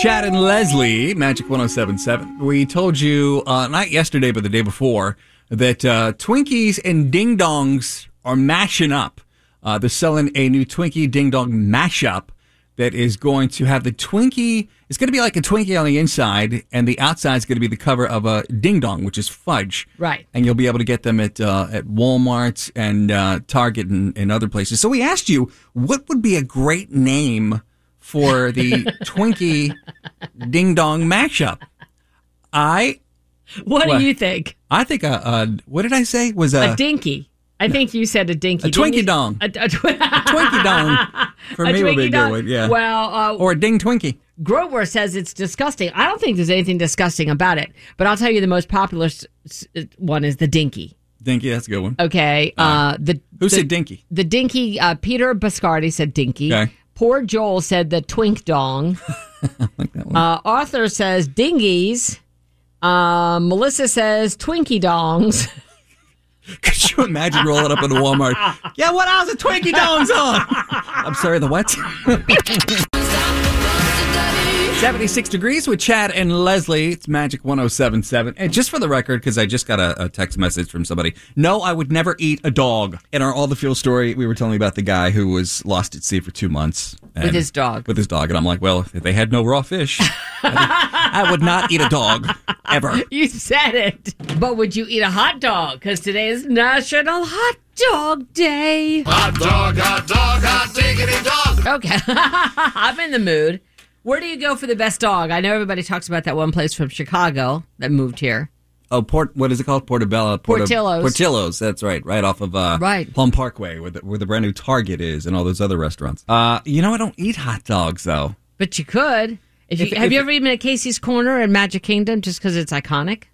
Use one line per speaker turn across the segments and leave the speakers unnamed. Chad and Leslie, Magic 1077. We told you, uh, not yesterday, but the day before, that uh, Twinkies and Ding Dongs are mashing up. Uh, they're selling a new Twinkie Ding Dong mashup that is going to have the Twinkie. It's going to be like a Twinkie on the inside, and the outside is going to be the cover of a Ding Dong, which is fudge.
Right.
And you'll be able to get them at uh, at Walmart and uh, Target and, and other places. So we asked you, what would be a great name for the Twinkie Ding Dong mashup? I
What,
What?
do you think?
I think a, a what did I say was uh, a,
A dinky. I think you said a dinky.
A
didn't
Twinkie
you?
dong.
A, a tw-
Twinkie Dong for
a
me would be a
Twinkie
good
dong.
one, yeah,
Well, uh,
or a Ding Twinkie.
Grover says it's disgusting. I don't think there's anything disgusting about it, but I'll tell you the most popular s- s- one is the dinky.
Dinky, that's a good one.
Okay. Uh, the
Ah. Who
the,
said Dinky?
the dinky? Uh, Peter Biscardi said dinky.
Okay.
Poor Joel said the twink dong.
Like that one.
Uh, Arthur says dingies. Uh, Melissa says twinkie dongs.
Could you imagine rolling up into Walmart? Yeah, what else? A Twinkie Dongs on. I'm sorry, the what? 76 degrees with Chad and Leslie. It's Magic 1077. And just for the record, because I just got a, a text message from somebody. No, I would never eat a dog. In our All the Fuel story, we were telling about the guy who was lost at sea for two months. and-
With his dog.
With his dog. And I'm like, well, if they had no raw fish, I, think I would not eat a dog ever.
You said it. But would you eat a hot dog? Because today is National Hot Dog Day.
Hot dog, hot dog, hot diggity dog.
Okay. I'm in the mood. Where do you go for the best dog? I know everybody talks about that one place from Chicago that moved here.
Oh, Port. What is it called? Portobello. Porta-
Portillo's.
Portillo's. That's right. Right off of uh,
Right.
Plum Parkway, where the, where the brand new Target is, and all those other restaurants. Uh, you know, I don't eat hot dogs though.
But you could. If you,
If-
have
if-
you ever eaten at Casey's Corner in Magic Kingdom just because it's iconic?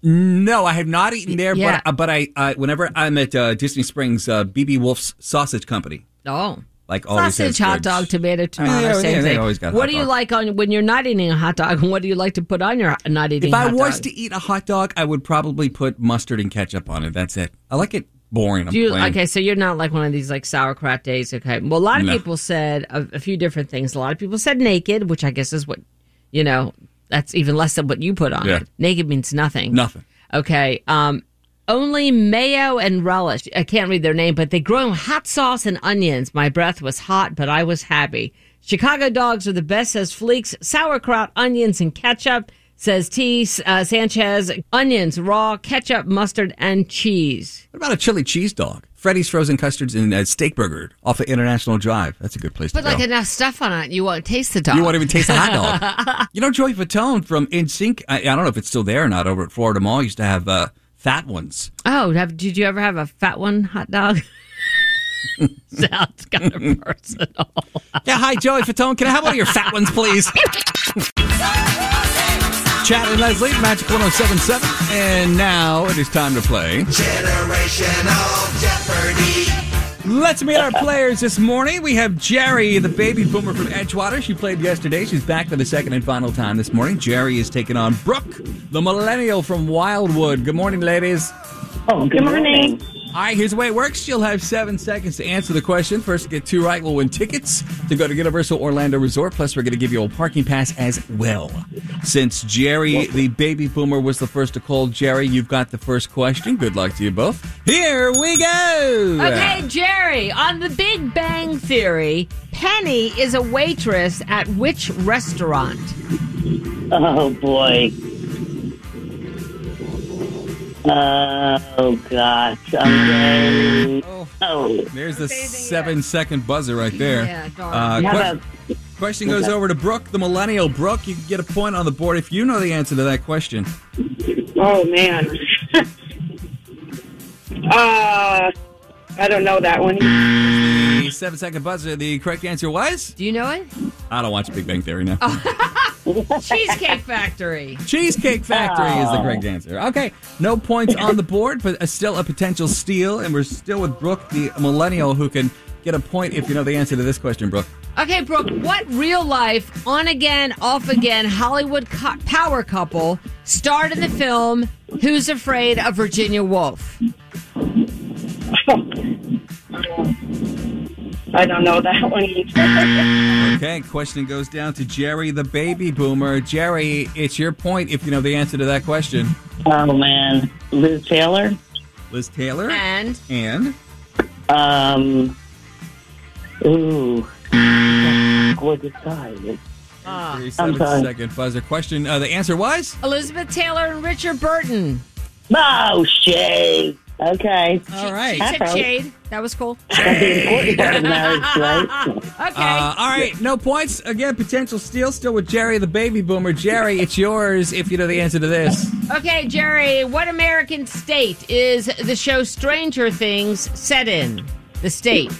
No, I have not eaten there.
Yeah.
But uh, but I uh, whenever I'm at uh, Disney Springs, uh, BB Wolf's Sausage Company,
Oh.
like always has
Sausage, hot
good-
dog, tomato, tomato,
yeah,
same
yeah, they
thing.
always got
what
hot
do you
dog.
like on when you're not eating a hot dog, and what do you like to put on your hot- not eating?
If I
hot
was
dog?
to eat a hot dog, I would probably put mustard and ketchup on it. That's it. I like it boring. I'm
Do you,
plain.
okay, so you're not like one of these like sauerkraut days. Okay. Well, a lot of
No.
people said a, a few different things. A lot of people said naked, which I guess is what, you know, that's even less than what you put on
Yeah.
it. Naked means nothing.
Nothing.
Okay. Um, only mayo and relish. I can't read their name, but they grow hot sauce and onions. My breath was hot, but I was happy. Chicago dogs are the best, says Fleeks. Sauerkraut, onions, and ketchup, says T. Uh, Sanchez. Onions, raw, ketchup, mustard, and cheese.
What about a chili cheese dog? Freddy's Frozen Custards and uh, Steak Burger off of International Drive. That's a good place
Put
to go.
like enough stuff on it, you won't taste the dog.
You won't even taste a hot dog. you know, Joey Fatone from InSync. I, I don't know if it's still there or not. Over at Florida Mall, used to have uh, fat ones.
oh, have, did you ever have a fat one hot dog? Sounds kind of personal.
Yeah, hi Joey Fatone. Can I have one of your fat ones, please? Chad and Leslie, Magic 1077. And now it is time to play.
Generational Jeopardy.
Let's meet our players this morning. We have Jerry, the baby boomer from Edgewater. She played yesterday. She's back for the second and final time this morning. Jerry is taking on Brooke, the millennial from Wildwood. Good morning, ladies.
Oh, good, morning.
All right, here's the way it works. You'll have seven seconds to answer the question. First to get two right will win tickets to go to Universal Orlando Resort. Plus, we're going to give you a parking pass as well. Since Jerry, the baby boomer, was the first to call Jerry, you've got the first question. Good luck to you both. Here we go.
Okay, Jerry, on the Big Bang Theory, Penny is a waitress at which restaurant?
Oh boy. oh gosh. Okay.
Oh,
Oh,
there's the seven second buzzer right there.
Yeah, darn.
Uh,
how
que-
about
question goes over to Brooke, the millennial. Brooke, you can get a point on the board if you know the answer to that question.
Oh man. uh I don't know that one.
The seven second buzzer, the correct answer was?
Do you know it?
Uh, I don't watch Big Bang Theory
Oh.
now.
Cheesecake Factory.
Cheesecake Factory is the correct answer. Okay, no points on the board, but uh, still a potential steal, and we're still with Brooke, the millennial, who can get a point if you know the answer to this question, Brooke.
Okay, Brooke, what real life, on again, off again Hollywood co- power couple starred in the film Who's Afraid of Virginia Woolf?
I don't know that one either.
Okay, question goes down to Jerry, the baby boomer. Jerry, it's your point if you know the answer to that question.
Oh man, Liz Taylor.
Liz Taylor
And
and
Um. Ooh. Gorgeous guy.
thirty-seven
I'm sorry.
second buzzer question. Uh, the answer was
Elizabeth Taylor and Richard Burton.
Oh, shade. Okay.
all right.
She said
Okay.
Jade. That was cool.
That's the important part of marriage, right?
Okay.
Uh, all right, no points again. Potential steal still with Jerry, the baby boomer. Jerry, it's yours if you know the answer to this.
Okay, Jerry, what American state is the show Stranger Things set in? The state.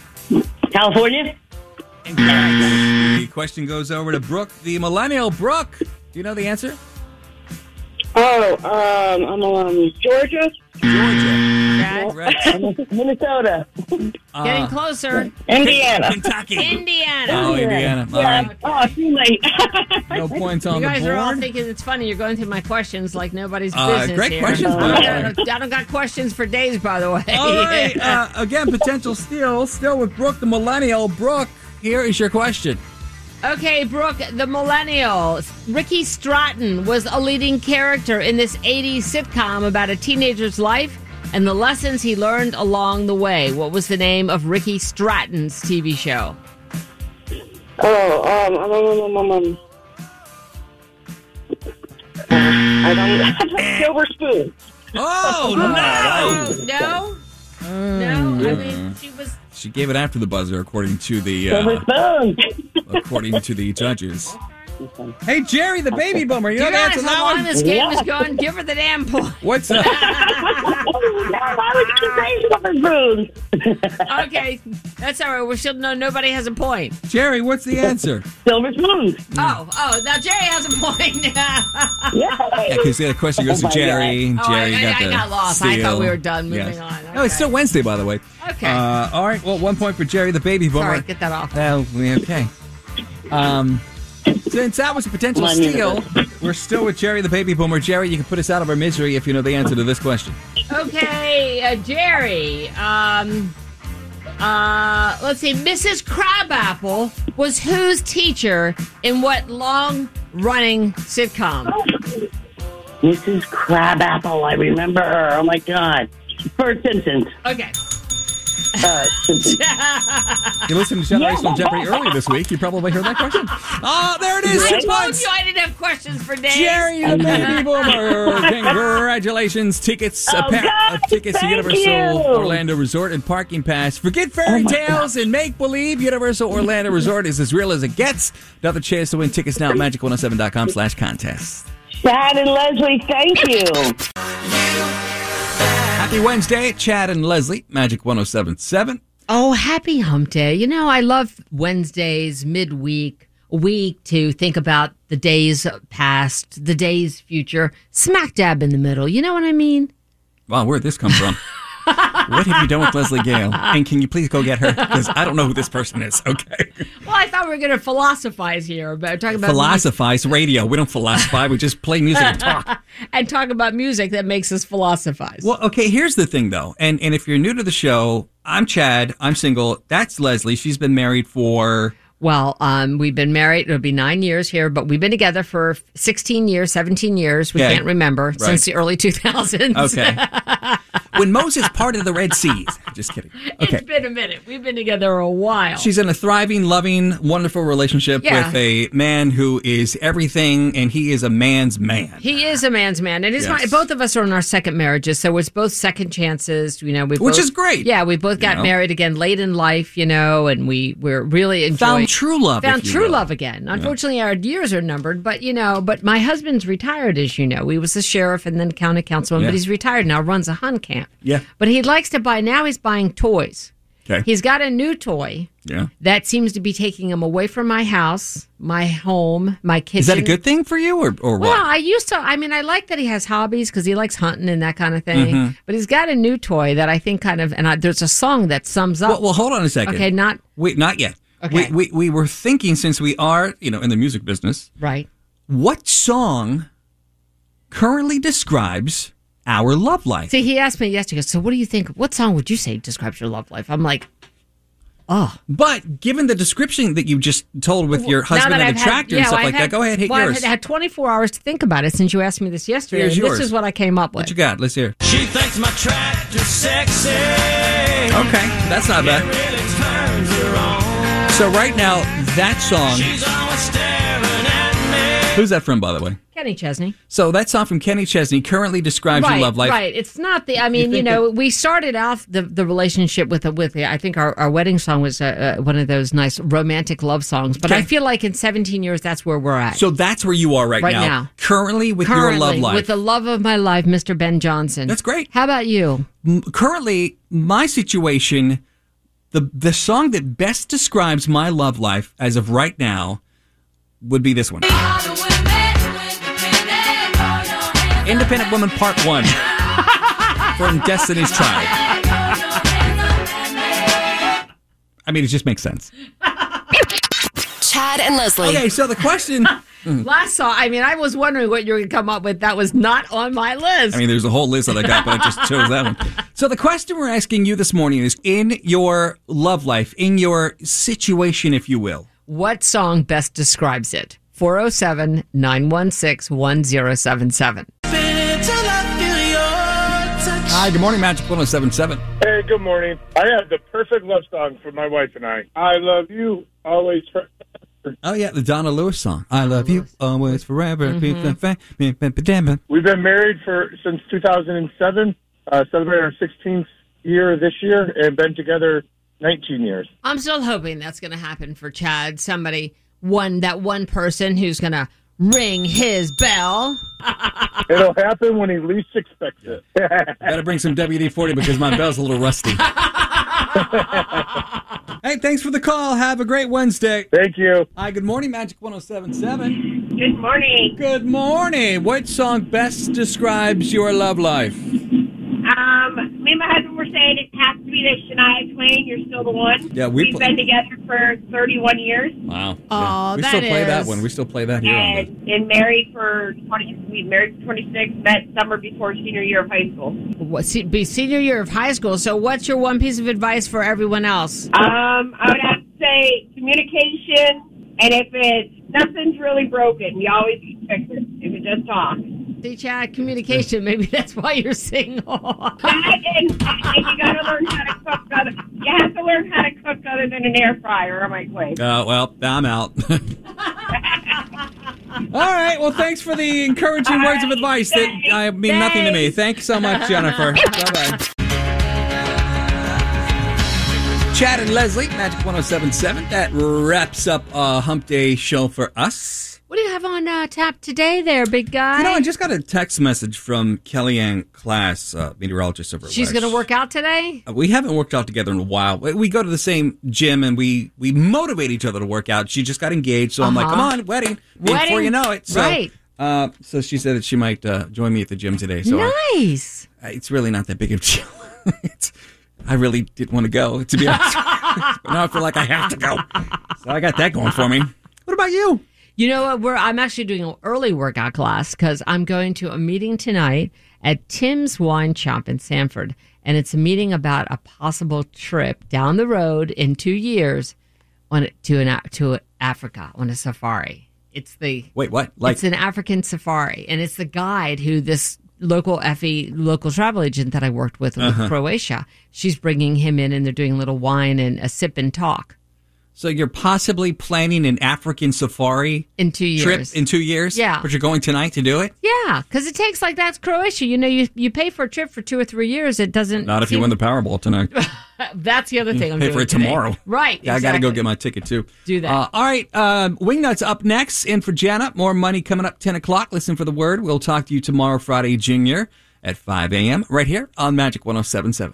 California?
The question goes over to Brooke, the millennial. Brooke, do you know the answer?
oh, um, I'm um, Georgia.
Georgia.
Brad?
Correct.
Minnesota.
Getting closer.
Indiana.
Kentucky.
Indiana.
Uh, Oh, Indiana. All right.
Oh, too late.
No points on
You guys
the
are all
board.
thinking it's funny. You're going through my questions like nobody's
Uh,
business.
great
here.
questions, by
I
the way.
don't, I don't got questions for days, by the way.
All right. Uh, again, potential steal still with Brooke, the millennial. Brooke, here is your question.
Okay, Brooke, the millennial. Ricky Stratton was a leading character in this 80s sitcom about a teenager's life and the lessons he learned along the way. What was the name of Ricky Stratton's TV show?
oh, um, I'm, um, um, um, um. I don't. Silver spoon.
Oh no!
Oh, no?
Hmm.
No? I mean, she was.
She gave it after the buzzer, according to the
Silver
uh,
spoon.
according to the judges. Hey Jerry, the baby boomer, you
You
know the
guys,
answer to
how long
that one?
this game is going? Give her the damn point.
What's up?
Why would you say silver spoon?
Okay, that's all right. We should know nobody has a point.
Jerry, what's the answer?
Silver spoon.
Hmm.
Oh, oh, now Jerry has a point.
Yeah.
Yeah, because the question goes
Oh,
to
my
Jerry.
Oh, I-
Jerry
I-
got
I
the
got lost. I thought
steal.
we were done. Moving on.
No, it's
Okay.
still Wednesday, by the way.
Okay.
Uh, all right. Well, one point for Jerry, the baby boomer.
Sorry, get that off.
Oh, we- okay. Um, since that was a potential
Mine
steal, we're still with Jerry, the baby boomer. Jerry, you can put us out of our misery if you know the answer to this question.
Okay, uh, Jerry. Um, uh, let's see. Mrs. Crabapple was whose teacher in what long-running sitcom?
Mrs. Crabapple. I remember her. Oh, my God. First Simpsons.
Okay.
Uh, Simpsons.
You listened to Generational Jeopardy earlier this week. You probably heard that question. Oh, there it is.
I
Six
told
points.
you I didn't have questions for days.
Jerry the Baby Boomer. Congratulations. Tickets, a
Oh,
pair
God,
of tickets to
thank
Universal
you. Oh,
Orlando Resort and Parking Pass. Forget fairy tales and make believe. Universal Orlando Resort is as real as it gets. Another chance to win tickets now at magic107.com slash contest.
Chad and Leslie, thank you.
Happy Wednesday, Chad and Leslie, Magic 1077.
Oh, happy hump day. You know, I love Wednesdays, midweek, a week to think about the days past, the days future, smack dab in the middle. You know what I mean?
Wow, where'd this come from? what have you done with Leslie Gale? And can you please go get her? Because I don't know who this person is, okay?
Well, I thought we were going to philosophize here about talking about
Philosophize radio. We don't philosophize, we just play music and talk.
music and talk about music that makes us philosophize.
Well, okay, here's the thing though. And and if you're new to the show, I'm Chad, I'm single. That's Leslie. She's been married for
Well, um, we've been married. It'll be nine years here, but we've been together for 16 years, 17 years. We
Okay.
can't remember since the early 2000s.
Okay. when Moses parted the Red Seas. Just kidding. Okay.
It's been a minute. We've been together a while.
She's in a thriving, loving, wonderful relationship
Yeah.
with a man who is everything and he is a man's man.
He is a man's man. It is
Yes.
my both of us are in our second marriages, so it's both second chances. You know, we
Which
both-
is great.
Yeah, we both got
know?
married again late in life. You know, and we we're really enjoying
Found true love.
found
if you
true
will.
love again. Unfortunately, our years are numbered, but you know, but my husband's retired, as you know. He was the sheriff and then county councilman,
Yeah.
but he's retired now, runs a hun camp.
Yeah.
But he likes to buy, now he's buying toys.
Okay.
He's got a new toy
Yeah.
that seems to be taking him away from my house, my home, my kitchen.
Is that a good thing for you or, or what?
Well, I used to. I mean, I like that he has hobbies because he likes hunting and that kind of thing.
Mm-hmm.
But he's got a new toy that I think kind of, and I, there's a song that sums up.
Well, well, hold on a second.
okay, not
Wait, not yet.
Okay.
We, we, we were thinking since we are, you know, in the music business,
right.
what song currently describes our love life?
See, he asked me yesterday. So, what do you think? What song would you say describes your love life? I'm like,
But given the description that you just told with your
now
husband
that
and
I've
the
had-
tractor
yeah,
and stuff
I've
like that,
had-
go ahead, hit
well,
yours.
I've had 24 hours to think about it since you asked me this yesterday.
Here's
and
yours.
This is what I came up with.
what you got? Let's hear.
She thinks my tractor's sexy.
Okay, that's not
It
bad.
really turns her on.
So right now, that song.
She's always staring at me.
Who's that from, by the way?
Kenny Chesney.
So that song from Kenny Chesney currently describes
right,
your love life.
Right. It's not the. I mean, you,
think
know, we started off the, the relationship with a, with a, I think our, our wedding song was uh uh one of those nice romantic love songs. But I
Okay.
feel like in 17 years, that's where we're at.
So that's where you are right,
Right now.
Currently with
Currently,
your love life.
with the love of my life, Mr. Ben Johnson.
That's great.
How about you?
currently my situation the the song that best describes my love life as of right now would be this one independent woman part one from destiny's child i mean it just makes sense
Chad and Leslie.
okay so the question i
Last song. I mean, I was wondering what you were going to come up with. That was not on my list.
mean there's a whole list that i got but i just chose that one so the question we're asking you this morning is in your love life in your situation if you will
what song best describes it? 407 916 1077.
hi good morning magic 1077
Hey, good morning. I have the perfect love song for my wife and I. I love you always. For-
Oh yeah, the Donna Lewis Mm-hmm. song. I love you always forever.
We've been married for since 2007. Uh, celebrating our 16th year this year, and been together 19 years.
I'm still hoping that's going to happen for Chad. Somebody, one, that one person who's going to ring his bell.
It'll happen when he least expects it.
Gotta bring some WD forty because my bell's a little rusty. hey, thanks for the call. Have a great Wednesday.
Thank you.
Hi, good morning, Magic 1077.
Good morning.
Good morning. What song best describes your love life?
Um, me and my husband were saying it has to be that Shania Twain, You're Still the One.
Yeah, we
have
pl-
been together for 31 years
Wow.
Aw,
we
that
still play that
is-
one. We still play that here on the
and, and married for 20, we married for 26, met summer before senior year of high school. Um,
What, se- be senior year of high school. So, what's your one piece of advice for everyone else?
Um, I would have to say communication, and if it's nothing's really broken, you always can fix it if you just talk.
See, Chad, communication. Maybe that's why you're single.
That and, and you gotta learn how to cook other. You have to learn how to cook other than an air fryer Oh or microwave.
Uh, well, I'm out. All right. Well, thanks for the encouraging words of advice that I mean nothing to me. Thanks so much, Jennifer. bye bye. Chad and Leslie, Magic 1077. That wraps up a hump day show for us.
what do you have on uh, tap today, there, big guy?
You know, I just got a text message from Kellyanne Class, uh, meteorologist over at
She's
West.
going to work out today?
We haven't worked out together in a while. We we go to the same gym and we we motivate each other to work out. She just got engaged, so I'm like, come on, wedding, before
Uh-huh. Wedding,
you know it. So,
right.
Uh, so she said that she might uh, join me at the gym today. So I-
Nice.
I- it's really not that big of a deal. it's, I really didn't want to go, to be honest. but now I feel like I have to go. So I got that going for me. What about you?
You know what? We're, I'm actually doing an early workout class because I'm going to a meeting tonight at Tim's Wine Shop in Sanford. And it's a meeting about a possible trip down the road in two years on to an to Africa on a safari. It's the
Wait, what? Like,
it's an African safari, and it's the guide who this local Effie local travel agent that I worked with with
Uh-huh.
Croatia. She's bringing him in, and they're doing a little wine and a sip and talk
so you're possibly planning an African safari
in two years.
trip in two years?
Yeah.
But you're going tonight to do it?
Yeah, because it takes like that's Croatia. You know, you you pay for a trip for two or three years. It doesn't.
Not if you
seem-
win the Powerball tonight.
That's the other thing. I'm
pay
doing
for it
today.
tomorrow.
Right.
Yeah, I got to go
exactly.
get my ticket too.
Do that.
Uh, all right. Um, Wingnuts up next. In for Janet. More money coming up 10 o'clock. Listen for the word. We'll talk to oh you tomorrow, Friday, Junior at 5 a.m. right here on Magic 1077.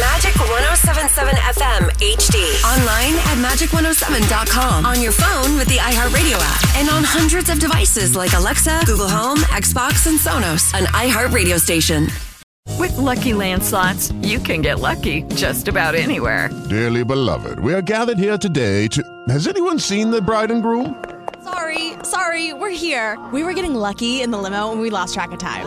Magic
Magic 1077 FM HD. Online at magic1077.com. On your phone with the iHeartRadio app. And on hundreds of devices like Alexa, Google Home, Xbox, and Sonos. An iHeartRadio station.
With Lucky Land slots, you can get lucky just about anywhere.
Dearly beloved, we are gathered here today to. Has anyone seen the bride and groom?
Sorry, sorry, we're here. We were getting lucky in the limo and we lost track of time.